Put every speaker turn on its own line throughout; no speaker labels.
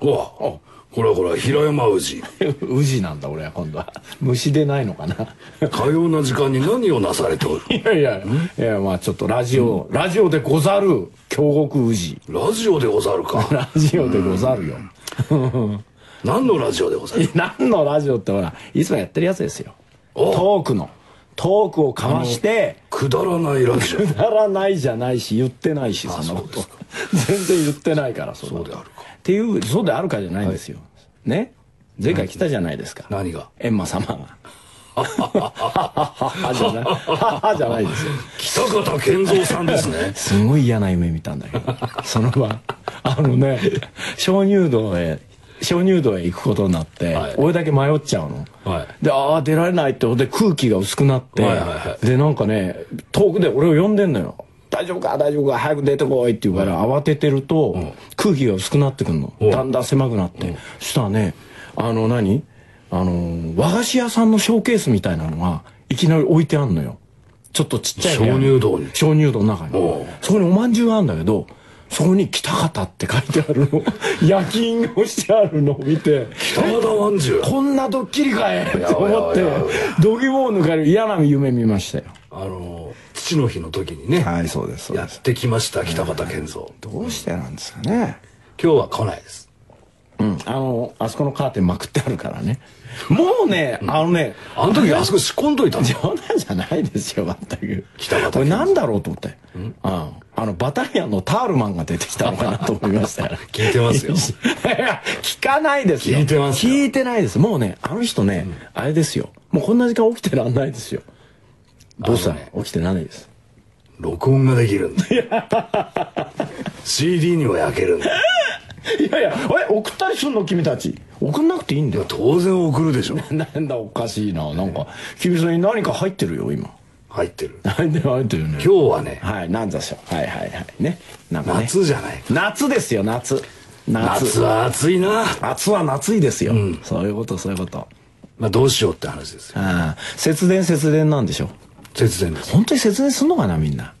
おあこれはこれは平山氏
宇治なんだ俺は今度は虫でないの かな
かような時間に何をなされておる
いやいやいやまあちょっとラジオ、ラジオでござる京極宇治
ラジオでござるか
ラジオでござるよ、
何のラジオでござる
え何のラジオってほらいつもやってるやつですよ
お
トークのトークをかまして
くだらないラジオ
くだらないじゃないし言ってないしそんなこと全然言ってないからそんな
そ
こ
う
と
であるか
っていうそうであるかじゃないんですよ、ね前回来たじゃないですか
何が
閻魔様が「はじゃないはじゃないですよ
北方健三さんですね
すごい嫌な夢見たんだ けどその晩あのね鍾乳洞へ鍾乳洞へ行くことになって、
はい
俺だけ迷っちゃうの、
は
でああ出られないってで空気が薄くなって、
はいはいは
でなんかね遠くで俺を呼んでんのよ「大丈夫か大丈夫か早く出てこい」って言うから、慌ててると、空気が薄くなってくんの、
ん
だんだん狭くなって、そしたらねあの何あの和菓子屋さんのショーケースみたいなのがいきなり置いてあんのよちょっとちっちゃい部屋
鍾乳洞に
鍾乳洞の中に
おう
そこにおまんじゅうがあるんだけどそこに「北方」って書いて あるの焼き印をしてあるのを見て
北方まんじゅう
こんなドッキリかえと思って
いやいやいやい
度肝を抜かれる嫌な夢見ましたよ
あの父の日の時にね、
はいそうですそう
や
で
っ
す
てきました北方健三
どうしてなんですかね
今日は来ないです
うんあのあそこのカーテンまくってあるからねもうね、あのね
あの時あそこ仕込んどいたんだよ
冗談じゃないですよ全く
北方
これ何だろうと思ってああのバタリアンのタールマンが出てきたのかなと思いましたよ
聞いてますよ
いや聞かないですよ
聞いてますよ
聞いてないですもうねあの人ね、あれですよもうこんな時間起きてらんないですよどうしたら、
あのね
起きてらんないです
録音ができるんだよ CD には焼けるんだよ
いやいや、え、送ったりすんの君たち。送んなくていいんだよ。
当然送るでしょ
なんだ、おかしいな。なんか、君それに何か入ってるよ、今。
入ってる
何で入ってるね。
今日はね
はい、なんでしょう。はいはいはい。ね。なんかね。
夏じゃない
夏ですよ、夏。夏。
夏は暑いな、
夏は夏いですよ。そういうこと、そういうこと。
まあ、どうしようって話ですよ
ああ、節電節電なんでしょう。
節電です
本当に節電すんのかな、みんな。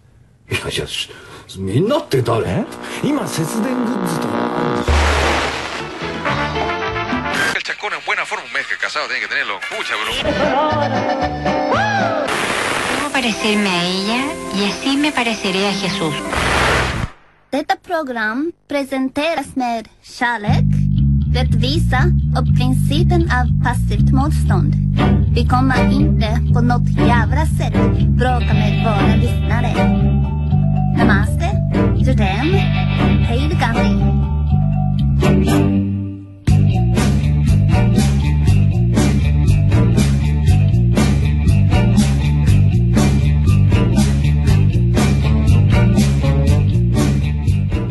いやいやしみんなって誰
え今、節電グッズとかあるんですよ
El chascón en buena forma, un mes que casado tiene que tenerlo. Pucha, bro.
Debo parecerme a ella y así me pareceré a Jesús.
Detta program presenteras med kärlek, rättvisa och principen av passivt motstånd. Vi kommer inte på något jävla sätt bråka med våra lyssnare. Namaste, Judem, hej Gandhi.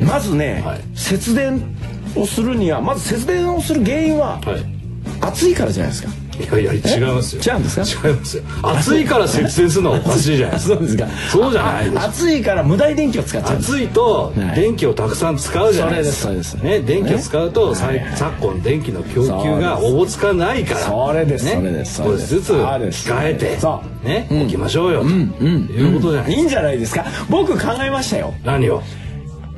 まずね、
はい
節電をするには、まず節電をする原因
は
は、
い
暑いからじゃないですか。
いやいや違いますよ
え違うんです
違いますよ暑いから節電するのはおかしいじゃないです
そ
か
うですか。
そうじゃないでしょ
暑いから無駄に電気を使っちゃう。
暑いと
はい
電気をたくさん使うじゃないですか
それですそれ
ね
です
電気を使うと、
ね
さい
はい
昨今電気の供給がおぼつかないから
それです
ね
それですそれ
少
で
し
す
ずつ
そうです
控えて
そ
ね置きましょうよということじゃない
い
です
いんじゃないですか。僕考えましたよ。
か何を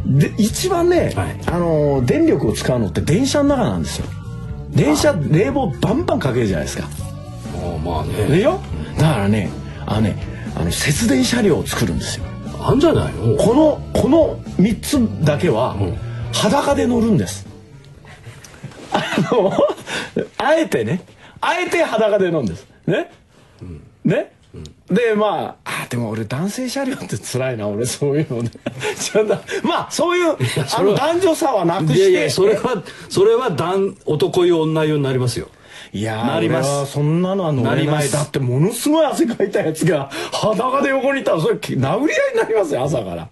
で一番ね、
はい
あのー電力を使うのって電車の中なんですよ。電車冷房バンバンかけるじゃないですか。
もうまあ
で
ね
よ。だからね、あのね、あの節電車両を作るんですよ。
あんじゃないの
このこの三つだけは裸で乗るんです。あのあえてね、あえて裸で乗るんです。ね、ね、でまああでも俺男性車両って辛いな俺そういうのね。 ちょっとまあそういうあ
それ
の
は
男女差はなくして。
いやいやそれはそれは男男用女用になりますよ
いやー
なります
俺はそんなのは乗れない
なります
だってものすごい汗かいたやつが裸で横にいたらそれ殴り合いになりますよ朝から。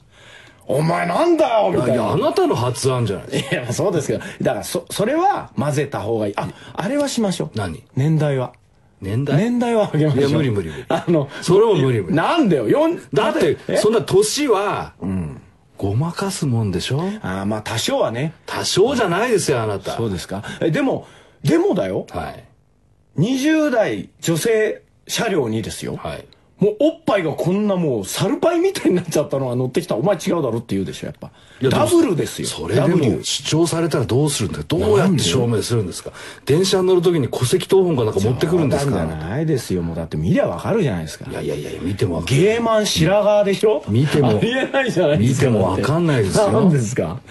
お前なんだよみ
い
たい
や
な
あ。なたの発案じゃないですか
いや、そうですけど、だからそ、それは混ぜた方がいい。あ、あれはしましょう。
何
年代は。
年代
年代はあげましょう。
いや無理無理無理
あの、
それも無理無理
なんだよ、よん
だって
え
そんな年はごまかすもんでしょ
あーまあ多少はね。
多少じゃないですよあなた
そうですか。え、でも、でもだよ、
はい
20代女性車両にですよ、
はい
もうおっぱいがこんなもうサルパイみたいになっちゃったのが乗ってきたらお前違うだろって言うでしょやっぱ
やで
ダ
も
ブルですよ
それでも
W
主張されたらどうするんだよどうやって証明するんですか電車に乗る時に戸籍謄本かなんか持ってくるんです
じ
か
ゃないですよもうだって見りゃわかるじゃないですか
いやいやいや見てもわかんない
ゲーマン白髪でしょ
見ても
ありえないじゃないですか
見てもわかんないですよ
なんですか、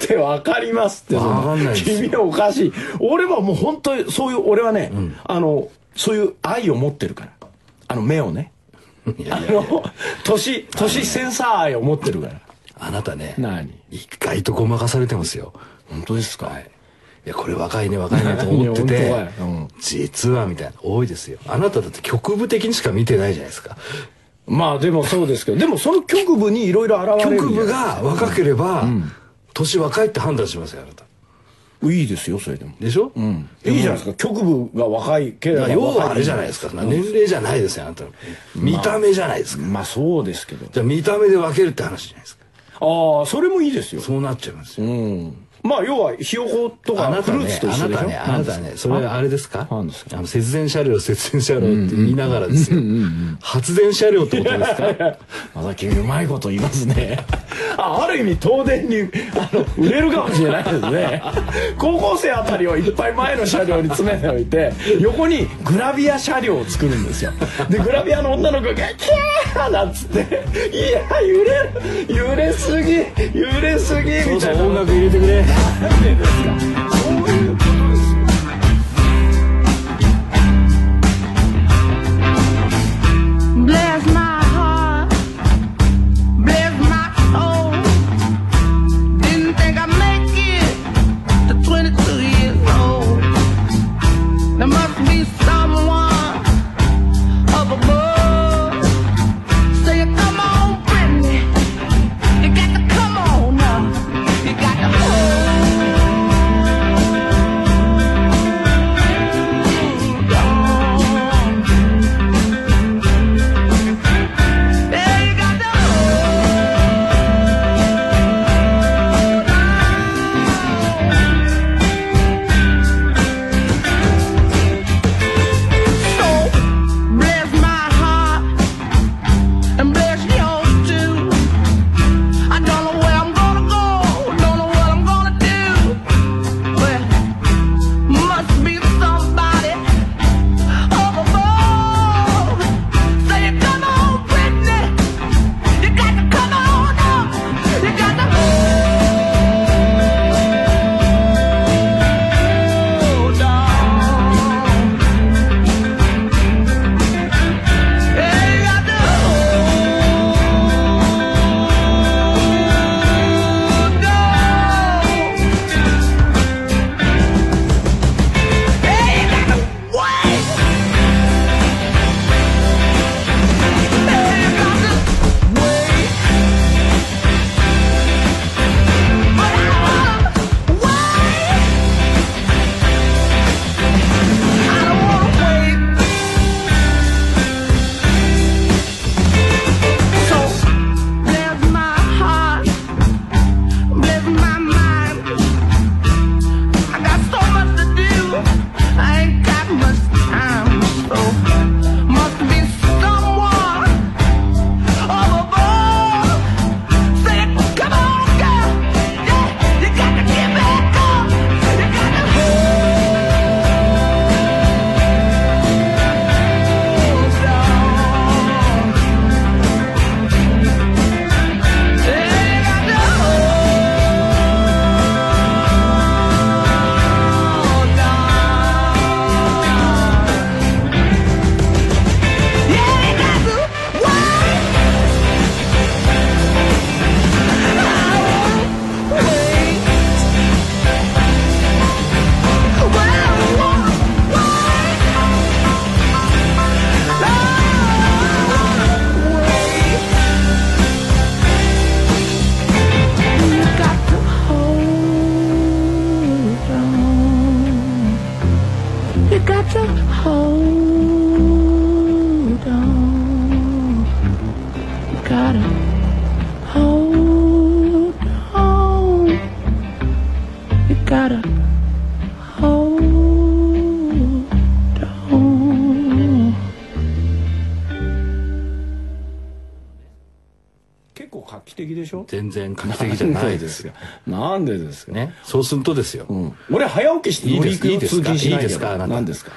見てわかりますってその
わかんないですよ
君おかしい俺はもう本当にそういう俺はね、あのそういう愛を持ってるからあの目をね
いや
あ
いや
の年年センサー愛を持ってるから
あなたね
何
意外とごまかされてますよ
本当ですか、
はいいやこれ若いね若いねと思って
い
て
や本当かようん
実はみたいな多いですよあなただって局部的にしか見てないじゃないですか
まあでもそうですけどでもその局部にいろいろ現れる
局
んじゃ
部
ない
が若ければ年若いって判断しますよあなた
いいですよそれでも
でしょ
うんいいじゃないですか局部が若いければ
だから
若い
要はあれじゃないですか年齢じゃないですよあなたの見た目じゃないですか
まあそうですけど
じゃあ見た目で分けるって話じゃないですか
ああそれもいいですよ
そうなっちゃいますよ
うんまあ要はひよこと
あ
か
な
フ
た
ルー
ね
ツ、と
あ
一
な
緒でしょ
たね、あなたね、それあれですか
何ですか
あの、節電車両、節電車両って言いながらですよ。発電車両ってことですか
まだ君うまいこと言いますね あある意味東電にあの売れるかもしれないです ね高校生あたりをいっぱい前の車両に詰めておいて横にグラビア車両を作るんですよでグラビアの女の子が「キャー!」なんつって「いや揺れる揺れすぎ揺れすぎ」みたいな音楽入れてくれなんでですかそういうことですよ
期的でしょ
全然画期的じゃ ないです よ。
なんでですよ、
ね。そうするとですよ。
うん、俺早起きして
いい
乗
で
り
す
行く通勤しない
い
けど
いですかあなた
何ですか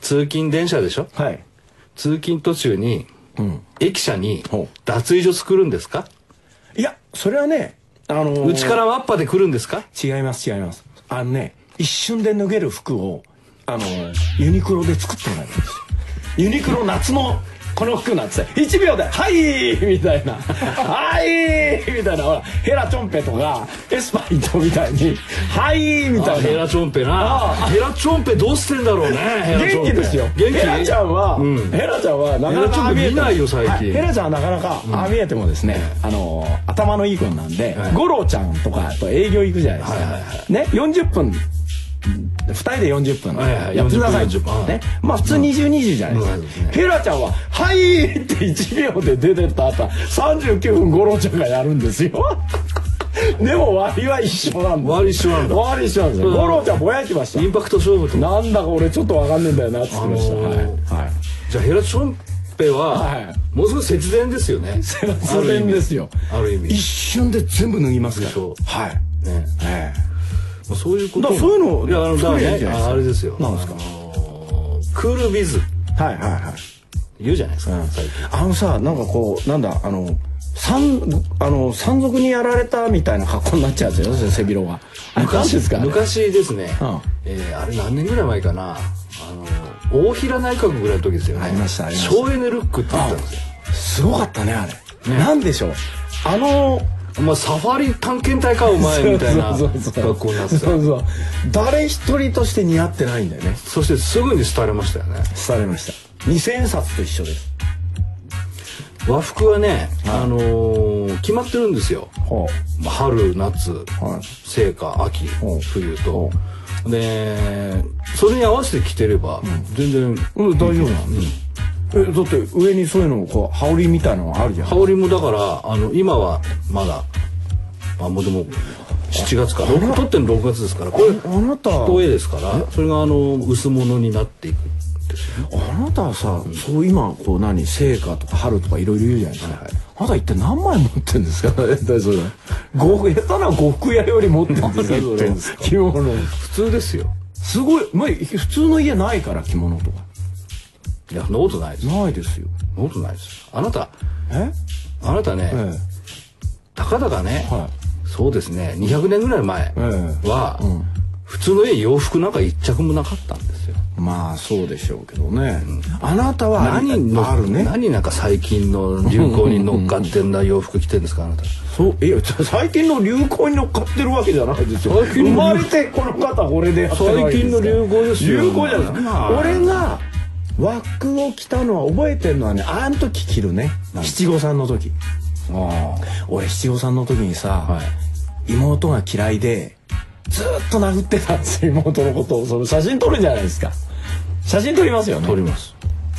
通勤電車でしょ
はい
通勤途中に、
ん
駅舎に
ほう
脱衣所作るんですか
いやそれはねあのー
うちからワッパで来るんですか
違います違いますあのね一瞬で脱げる服をあのユニクロで作ってもらいましたユニクロ夏のこの服なんつって1秒で「はい!」みたいな「 はい!」みたいなほらヘラチョンペとかエスパイトみたいに「はい!」み
あ
たい
ヘ
な
ラチョンペなヘラチョンペどうしてんだろうねヘラチョン
元
ペ
気ですよ
元気
ヘラちゃんは、ヘラちゃんはなかな
ヘラちゃ
か
ん
ああ見えて
見ないよ最近
はいヘラちゃんはなかなかああ見えてもですね、あのー頭のいい子なんで、
い
五郎ちゃんとかと営業行くじゃないですか、ね40分2人で40分
はいはい
やってください
40分はい
ねまあ普通2020じゃないですか、
うんそうですね
ヘラちゃんは「はい!」って1秒で出てった後39分五郎ちゃんがやるんで すよでも割は一緒なんだ
割一緒なんだ
割一緒なんですよ
うん
五郎ちゃんぼやきました
インパクト勝負と
なんだか俺ちょっとわかんねえんだよなって言ってました、
あのー
はい、はい、
じゃあヘラチョンペ
は
はもうすごい節電ですよね
それですよ
ある意味
一瞬で全部脱ぎますか
でしょ
らはい
ね
え
もうそういうことも
だからそういうの
いやあのだから
作りゃいいじ
ね
ゃないです
あ
か
あれですよ
なんですか
あのークールビズ
えはいはいはい
言うじゃないですか最近
あのさなんかこうなんだあの山あの山賊にやられたみたいな格好になっちゃうんですよそれ背広があれ何ですか
昔ですね、
うん
えーあれ何年ぐらい前かなあの大平内閣ぐらいの時ですよね
ありましたありました
省エネルックって言ったんですよ
すごかったねあれ、なんでしょうあの
お前サファリ探検隊かお前みたいな
そうそうそう
格好になってた
そうそう誰一人として似合ってないんだよね
そしてすぐに廃れましたよね
廃れました二千円札と一緒です
和服はね、あのー決まってるんですよ
ほ
まあ春夏、
はい
盛夏秋
うん
冬とでそれに合わせて着てれば全然、
う、うん、大丈夫なんえだって上にそういうのこう羽織みたいなのあるじゃん
羽織もだからあの今はまだあもうでも7月から撮ってんの6月ですからこれ
あなた
投影ですからそれがあの薄物になっていくんですよね
あなたはさ、そう今こう何成果とか春とかいろいろ言うじゃないですか、あなた一体何枚持ってんです か大体それご下手な呉服屋より持ってんですかそれ着物
普通ですよ
すごい、まあ、普通の家ないから着物とか
いやそんなことないですそん
ないですよ
なことないですあなた
え
あなたね、
え
たかだかね、
えはい
そうですね200年ぐらい前は、
うん
普通の家洋服なんか一着もなかったんですよ
まあそうでしょうけどね、あなたは
何の
あるね
何なんか最近の流行に乗っかってんだ洋服着てんですかあなた
そういや最近の流行に乗っかってるわけじゃないですよ
最
生
近の
まれてこの方これでやってるわけで
最近
すから
の流行ですよ
流行じゃないです
ま
か
あ
俺が枠を着たのは覚えてるのはねあの時着るね七五三の時
あ
俺七五三の時にさ、
は
妹が嫌いでずっと殴ってたんですよ妹のことをその写真撮るじゃないですか写真撮りますよね
撮ります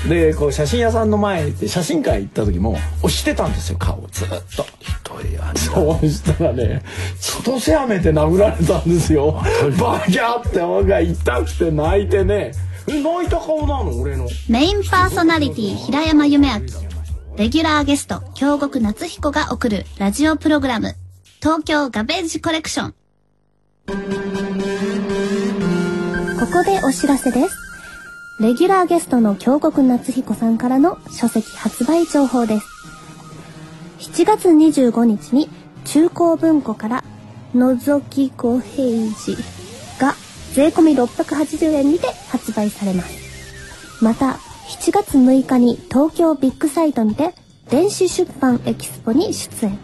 でこう写真屋さんの前で写真館行った時も押してたんですよ顔をずっと
ひどいやつ
そうしたらね千歳飴で殴られたんですよバキャって俺が痛くて泣いてねえ泣いた顔なの俺の
メインパーソナリティ平山夢明レギュラーゲスト京極夏彦が送るラジオプログラム東京ガベージコレクションここでお知らせですレギュラーゲストの京極夏彦さんからの書籍発売情報です7月25日に中高文庫から「のぞき5ページ」が税込み680円にて発売されますまた7月6日に東京ビッグサイトにて電子出版エキスポに出演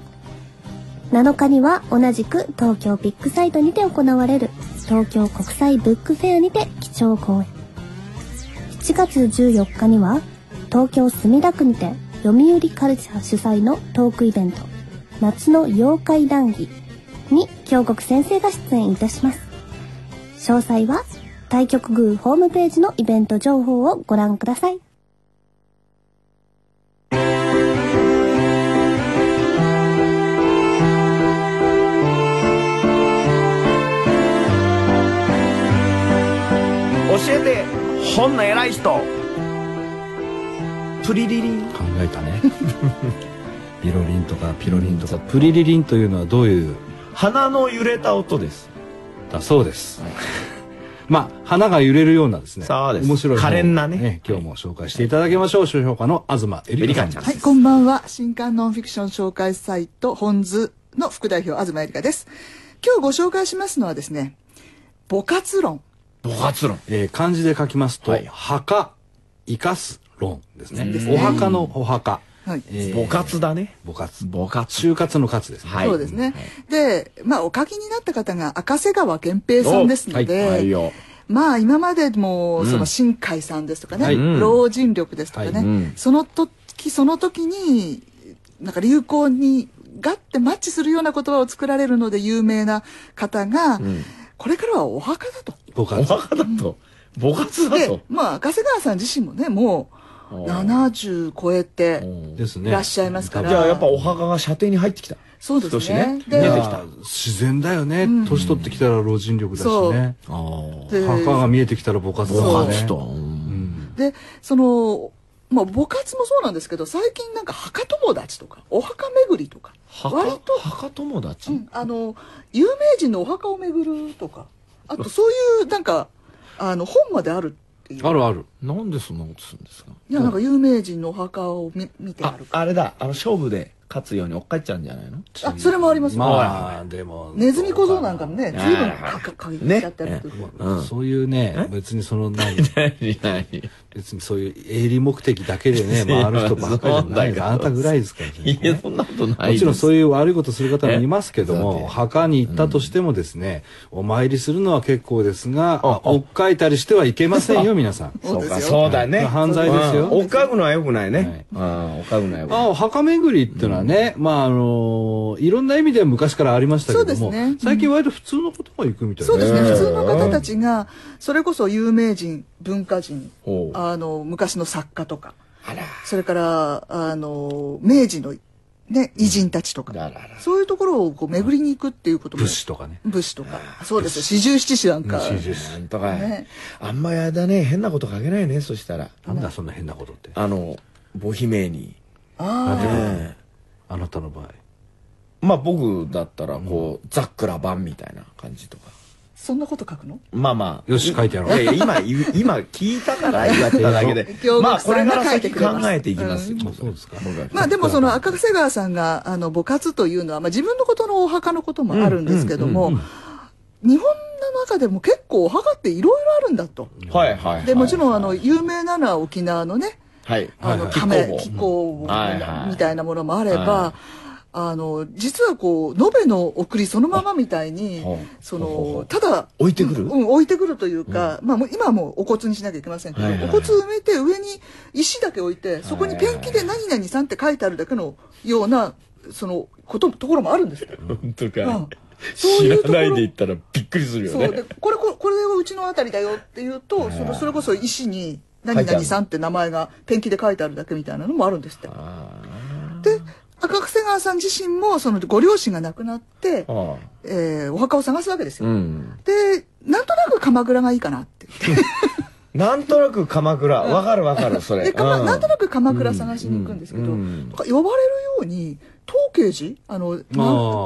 7日には同じく東京ビッグサイトにて行われる東京国際ブックフェアにて基調講演7月14日には東京墨田区にて読売カルチャー主催のトークイベント夏の妖怪談義に京極先生が出演いたします詳細は対局宮ホームページのイベント情報をご覧ください。
教えて本の偉い人
プリリリン
考えたね ピロリンとかピロリンとかプリリリンというのはどういう
鼻の揺れた音です
だそうです。 まあ花が揺れるようなですね。
そうです
面白い本を。
可憐なね
今日も紹介していただきましょう。書評家の東エリカさんです。
はい、こんばんは。新刊ノンフィクション紹介サイト、本図の副代表、東えりかです。今日ご紹介しますのはですね、母活論。
母活論
えー漢字で書きますと、
はい
墓生かす論ですね。お墓のお墓。
はい。
え
母活だね
母活。
母活
就活の活ですね。
はい
そうですね。で、まあ、お書きになった方が赤瀬川源平さんですので、
おはいはい
よ
まあ、今までも、その、新海さんですとかね、
はい
老人力ですとかね、
はい
うん
その時、その時に、なんか流行に、がってマッチするような言葉を作られるので有名な方が、これからはお墓だと。
母
お
活。
墓だと母活だと
で、まあ、赤瀬川さん自身もね、もう、70超えて、
ですね。
いらっしゃいますから。
じゃあやっぱお墓が射程に入ってきた
そうです
少
ね。
しね
い
出
や
て
で
きた
自然だよね。年取ってきたら老人力だし
そう
ね。
ああ
で
墓が見えてきたら母活だ
母
わ
活
ね。
でそのまあ母活もそうなんですけど最近なんか墓友達とかお墓巡りとか割
墓
と、
墓友達、
うんあの有名人のお墓を巡るとかあとそういうなんかあの本まであるっていう
あるある。
なんでそんなことするんですか
いやなんか有名人のお墓を見見てあ
あ
るか
あれだあの勝負で勝つように追っかけちゃうんじゃないの
あそれもありますよ
まあ、でも。
ネズミ小僧なんかもね随分かかかいちゃったりとか、
まあそういうね、別にその、何
何何
別にそういう営利目的だけでね、回る人ばっかりじゃないです。
そうだけど
あなたぐらいですから
いや
ね。
そんなことない
もちろんそう
いう
いう悪いことする方もいますけど
え
も、
だって
墓に行ったとしてもですね、お参りするのは結構ですが、
ああ
追っかいたりしてはいけませんよ、皆さん。
そ
そう
う
で
か
すよ
そうだね
犯罪ですよ
うん追っかぐのはよくないね、うん追っかぐのはよくない
あ墓巡りっていうのはね、まああのいろんな意味では昔からありましたけど
そ
も、
うですね
最近割と普通のことが行くみたいな
そうですね、
うん
普通の方たちがそれこそ有名人文化人
おう
あの昔の作家とかそれからあの明治の、ね、偉人たちとか、
あらら
そういうところをこう巡りに行くっていうことも
武士とかね。
武士とかそうですよ四十七士なんか
四十七
なんとか、
ね
あんまりあれだね変なこと書けないねそしたら
なんだそんな変なことって。
あの母姫に、
あ
え
あなたの場合。
えまあ僕だったらこう、ザックラ版みたいな感じとか
あそんなこと書くの
まあまあ
よし書いてやろう
いやいや 今い今聞いたから言われただけで
京
ま
極
あこ
さ
れ
ん
から
が書いて
先
くれます
考えていきますよ、
そうですか。
僕は
まあでもその赤瀬川さんがあの母活というのは、まあ、自分のことのお墓のこともあるんですけども、日本の中でも結構お墓っていろいろあるんだと。
はいはい、はい、
でもちろんあの
はい
有名なのは沖縄のね
はい
あの
亀
亀亀甲
はいはい
みたいなものもあれば、
は
あの実はこう延べの送りそのままみたいに
あはあ
そ
ほうほうほ
の
う
ただ
置いてくる
うん、置いてくるというか、まあもう今はもうお骨にしなきゃいけませんけど、
はいはい
お骨埋めて上に石だけ置いてそこにペンキで何々さんって書いてあるだけのようなそのことところもあるんですよ。
本当かい、
うんそう
知
いう
ら
ところ
ないで言ったらびっくりするよ
そうで
ね
これここれはうちのあたりだよっていうとそのそれこそ石に「
書
何
いてあ
々
る
さん」って名前がペンキで書いてあるだけみたいなのもあるんですって。で赤瀬川さん自身もそのご両親が亡くなって、
あ
えーお墓を探すわけです
あ
よ。
うん
でなんとなく鎌倉がいいかなって。
なんとなく鎌倉わかるわかるそれ
で、かま
う
なんとなく鎌倉探しに行くんですけど、
うんうん
なんか呼ばれるように、東慶寺あの、なん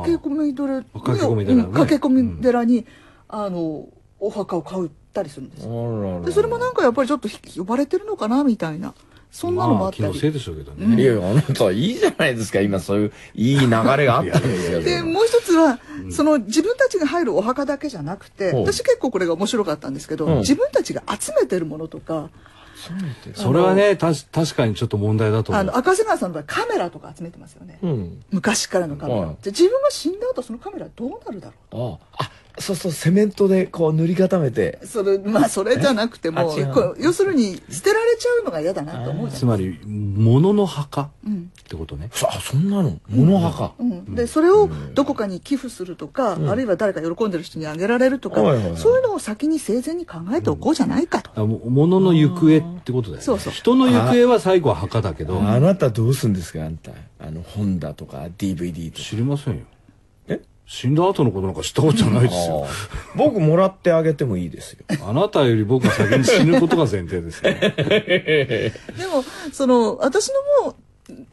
駆け込み寺に、
駆け込み寺ね
うん駆け込み寺に、あの、お墓を買ったりするんですよ。
あらら
でそれもなんかやっぱりちょっとひ呼ばれてるのかなみたいなそんなのもあ
まあ
った
気の
り、
せいでしょうけどね。
いやいや、あなたはいいじゃないですか、今そういういい流れがあったんですよ。
でもう一つは、その自分たちが入るお墓だけじゃなくて
ほう
私結構これが面白かったんですけど、
うん
自分たちが集めてるものとか
それはね、たし確かにちょっと問題だと思
あ
う
の。赤瀬川さんの場合カメラとか集めてますよね、
うん。
昔からのカメラ、
はい
で自分が死んだ後そのカメラどうなるだろ
ああ、あそうそう、セメントでこう塗り固めて
う。それまあそれじゃなくても
あ違う
こう要するに捨てられちゃうのが嫌だなと思うじゃ
つ
ん
まり、物の墓ってことね。
そあ、そんなの物墓。
うん、でそれをどこかに寄付するとか、あるいは誰か喜んでる人にあげられるとか、
はいはいはい
そういうのを先に生前に考えておこうじゃないかと、
あも物の行方ってことだよね。
そうそう
人の行方は最後は墓だけど、
あなたどうすんですか、あんた。あの、本だとか DVD とか。
知りませんよ。
え
死んだ後のことなんか知ったことじゃないですよ。
あー僕もらってあげてもいいですよ。
あなたより僕が先に死ぬことが前提ですよ。
でもその私のも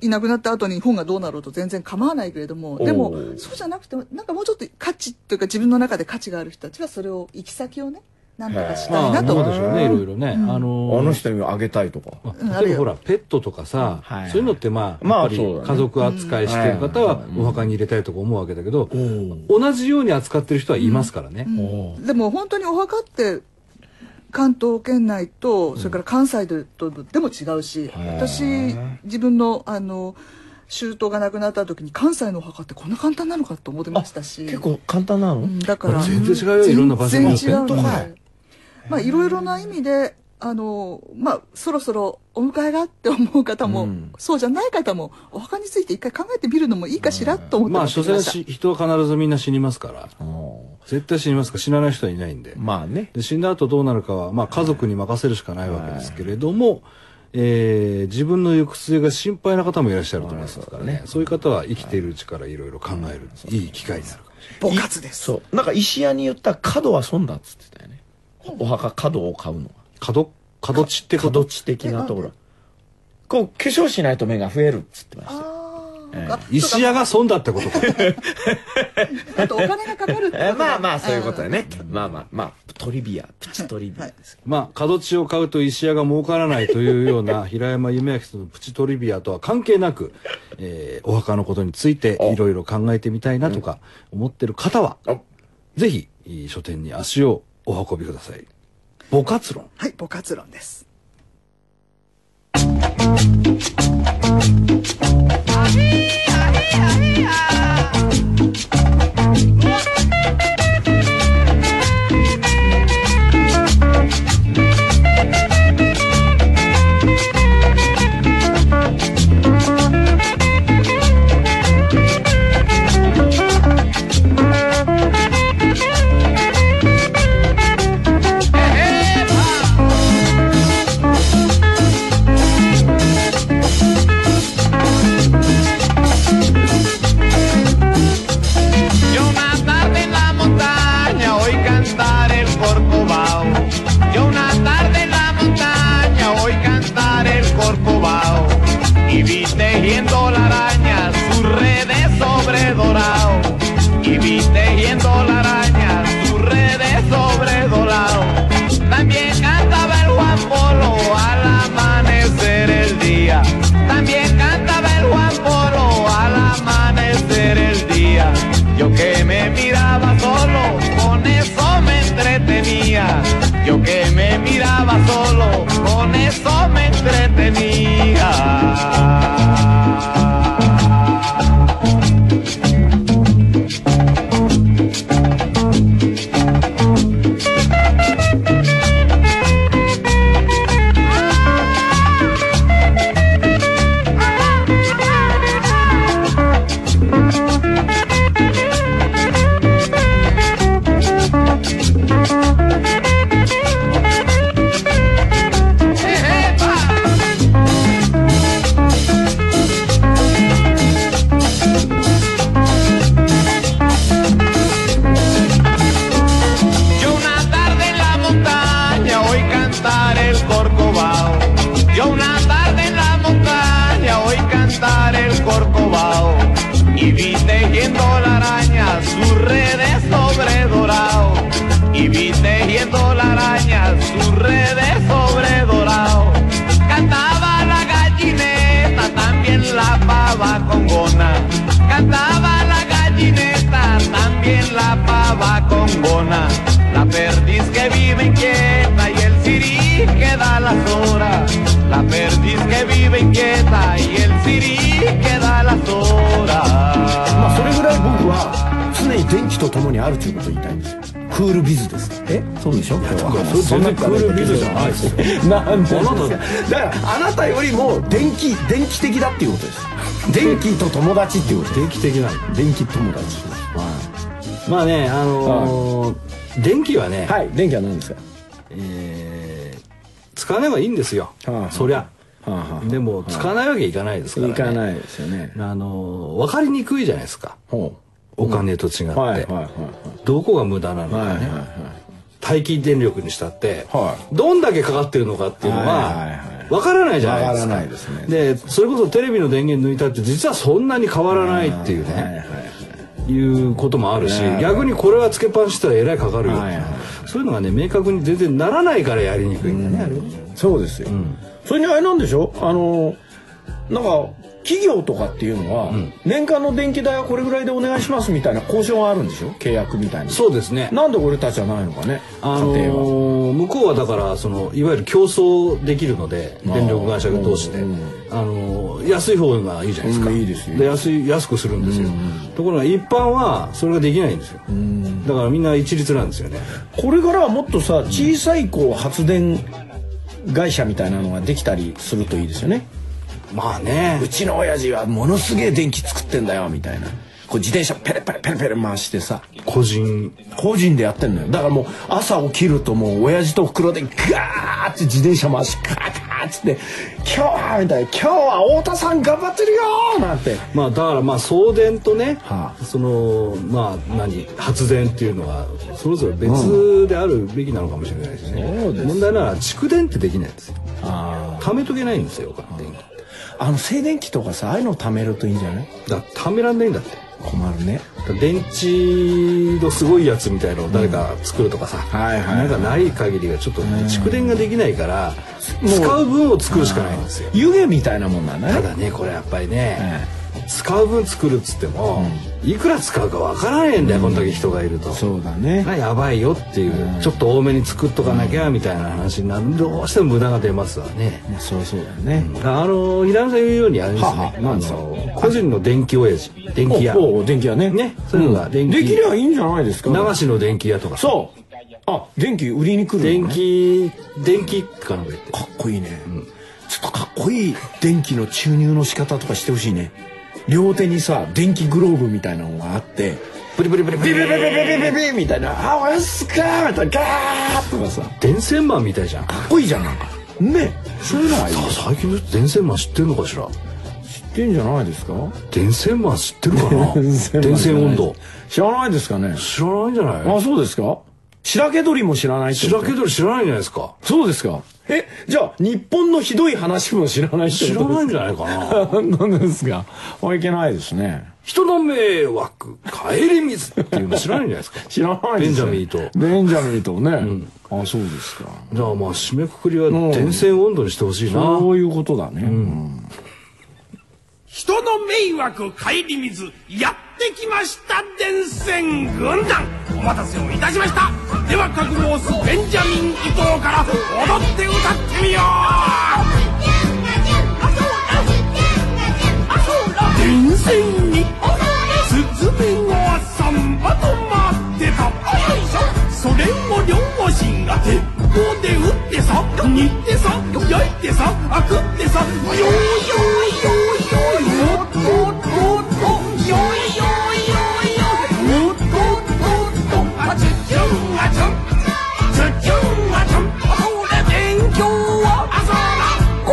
いなくなった後に本がどうなろうと全然構わないけれどもでも
おー
そうじゃなくてなんかもうちょっと価値というか自分の中で価値がある人たちはそれを行き先をねなんとかしたい
まあ
なと
まあでしょうねいろいろね、あ
あ
の
の
ー
人にあげたいとか。
まあ例えばほらペットとかさ、
はい
そういうのってまあ
まあ
やっぱり
そうだね
家族扱いしてる方はお墓に入れたいとか思うわけだけど、同じように扱ってる人はいますからね、
お
でも本当にお墓って関東圏内とそれから関西でとでも違うし、私自分のあの舅が亡くなった時に関西のお墓ってこんな簡単なのかと思ってましたし
結構簡単なの、
うんだから
全然違うよいろんな場所によって
全然違うので
本当かい
まあいろいろな意味であのまあそろそろお迎えがって思う方も、
うん
そうじゃない方もお墓について一回考えてみるのもいいかしらと思って
まあ所
持って
詮
きました
し人は必ずみんな死にますから絶対死にますから死なない人はいないんで,、
まあね
で死んだ後どうなるかは、まあ、家族に任せるしかないわけですけれども、えー自分の行く末が心配な方もいらっしゃると思いますからね,、そういう方は生きているうちからいろいろ考える、いい機会になるかもし
母活です
そうなんか石屋に言ったら角は損だっつってたよねお墓角を買うのは
れない角角地ってこ
角
と
地的なところこう化粧しないと目が増えるっつってましたよ
あ
石屋が損だってことか
あとお金がかかるってこと
え
だ
まあまあそういうことだねまあまあまあトリビアプチトリビアです
まあ角地を買うと石屋が儲からないというような平山夢明さんのプチトリビアとは関係なく、えーお墓のことについていろいろ考えてみたいなとか思ってる方は、
お
ぜひえー書店に足をお運びください母活論
はい母活論です
Yo una tarde en la montaña oí cantar el corcovado. Yo una tarde en la montaña oí cantar el corcovado. Y vi tejiendo la araña sus redes sobre dorado. Y vi tejiendo la araña sus redes sobre dorado. También cantaba el Juan Polo al amanecer el día. También cantaba el Juan Polo al amanecer el día. Yo que me miraba solo, con eso me entretenía. Yo que me miraba solo, con eso me entretenía. Yo una tarde en la montaña oí cantar el corcovado. Yo una tarde en la montaña oí cantar el corcovado. Y vi tejiendo la araña sus redes sobre dorado. Y vi tejiendo la araña sus redes sobre dorado. Cantaba la gallineta, también la pava congona. Cantaba la gallineta, también la pava congona. La perdiz que vive inquieta y el sirí que da las horas. La perdiz que vive inquieta y el sirí que da las horas.
まあそれぐらい僕は常に電気とともにあるということを言いたいんですよクールビズですえそうでしょ今日は
それ全然クールビズじゃないですよ
なんでですかだからあなたよりも電気電気的だっていうことです電気と友達っていうこと
電気的なの
電気友達
まあねあのー電気はね、
はい電気は何ですか
えー使わない方がいいんですよ、
はあ
そりゃ、
はあはあ
でも使わないわけいかないですから、ね、
行かないですよね
あの分かりにくいじゃないですか
ほ
お金と違って、
うはいはいはい
どこが無駄なの
はい
か
はい
ね、
はい
待機電力にしたって、
は
どんだけかかってるのかっていうのは、
はいはいはい
わからないじゃないですか。
わからないですね
で、それこそテレビの電源抜いたって実はそんなに変わらないっていうね。
はいはい
いうこともあるし逆にこれはつけっぱなししたらえらいかかるよ、
はいはい
そういうのがね明確に全然ならないからやりにくいんだね、あれは
そうですよ、それにあれなんでしょあのなんか企業とかっていうのは、年間の電気代はこれぐらいでお願いしますみたいな交渉があるんでしょ契約みたいな
そうですね
なんで俺たちはないのかね
あ
家庭は
のー向こうはだからそのいわゆる競争できるので
あー
電力会社が通して、
うん
あのー安い方がいいじゃないですか、
うんいいですよ
安い安くするんですよ、ところが一般はそれができないんですよ、だからみんな一律なんですよね
これからはもっとさ小さいこう発電会社みたいなのができたりするといいですよね
まあね
うちの親父はものすげえ電気作ってんだよみたいなこう自転車ペレペレペレペレ回してさ
個人
個人でやってんのよだからもう朝起きるともう親父と袋でガーッて自転車回しガーッつって「今日は」みたいな「今日は太田さん頑張ってるよ」なんて
まあだからまあ送電とね、
はあ
そのまあ何発電っていうのはそれぞれ別であるべきなのかもしれないですね、
そうですね
問題なら蓄電ってできないんですよ
あ
貯めとけないんですよ電気って
あの静電気とかさああいうのを貯めるといいんじゃない
だから貯めらんないんだって
困るね
だから電池のすごいやつみたいのを誰か作るとかさ、
はいはいはい
なんかない限りはちょっとね、蓄電ができないから使う分を作るしかないんですよ
湯気みたいなもんなんだ
た
ね
だねこれやっぱりね、使う分作るっつっても、いくら使うかわからないんだよ、こんだけ人がいると
そうだね
がやばいよっていう、ちょっと多めに作っとかなきゃみたいな話になるどうしても無駄が出ますわね。
まあそうそうだね
あの平野さん言うようにあれですね。
はあはあなんですか
あの個人の電気親父、電気屋、
おうおう電気屋ね
ねそういうのが電気
できりゃいいんじゃないですか
流しの電気屋とか、
そうあ電気売りに来る
電
のね
気電気かなんか言って。
かっこいいね、ちょっとかっこいい電気の注入の仕方とかしてほしいね両手にさ電気グローブみたいなのがあって
ブリブリブリブ
ビ
リ
ビビビビビビビみたいな「あおやすか」みたいなガーッとかさか
電線マンみたいじゃん。
っこいいじゃんなんかねそういうのがいい
さあ最近の人電線マン知ってるのかしら。
知ってんじゃないですか
電線マン知ってるかな。電
電
線
線
温度
知らないですかね
知らないんじゃない。
あそうですか白毛鳥も知らないってこと
白けど知らないんじゃないですか。
そうですかえじゃあ日本のひどい話も知らないって
知ら
こと
ないんじゃないかな。
なんですかあいけないですね
人の迷惑帰り水っていうの知らないんじゃないですか
知らない
ベ
ですよ
ンジャミンと
ベンジャミンとね、あそうですか
じゃあまあ締めくくりは電線温度にしてほしいな、
そういうことだね、うん
人の迷惑顧みずやってきました伝染軍団お待たせをいたしましたでは覚悟をすベンジャミン伊藤から踊って歌ってみよう伝染にスズメがサンバと待ってたそれを両親が鉄砲で撃ってさ煮てさ焼いてさあくってさよいよいよいよいおっとっとっとよいよいよいよおっとっとっとあちゅちゅんあちゅんちゅちゅんあちゅんこれ勉強は朝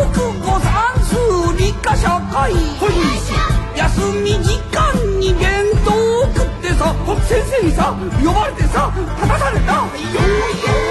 だ国語算数理科社会休み時間に弁当を食ってさ先生にさ呼ばれてさ立たされたよいよい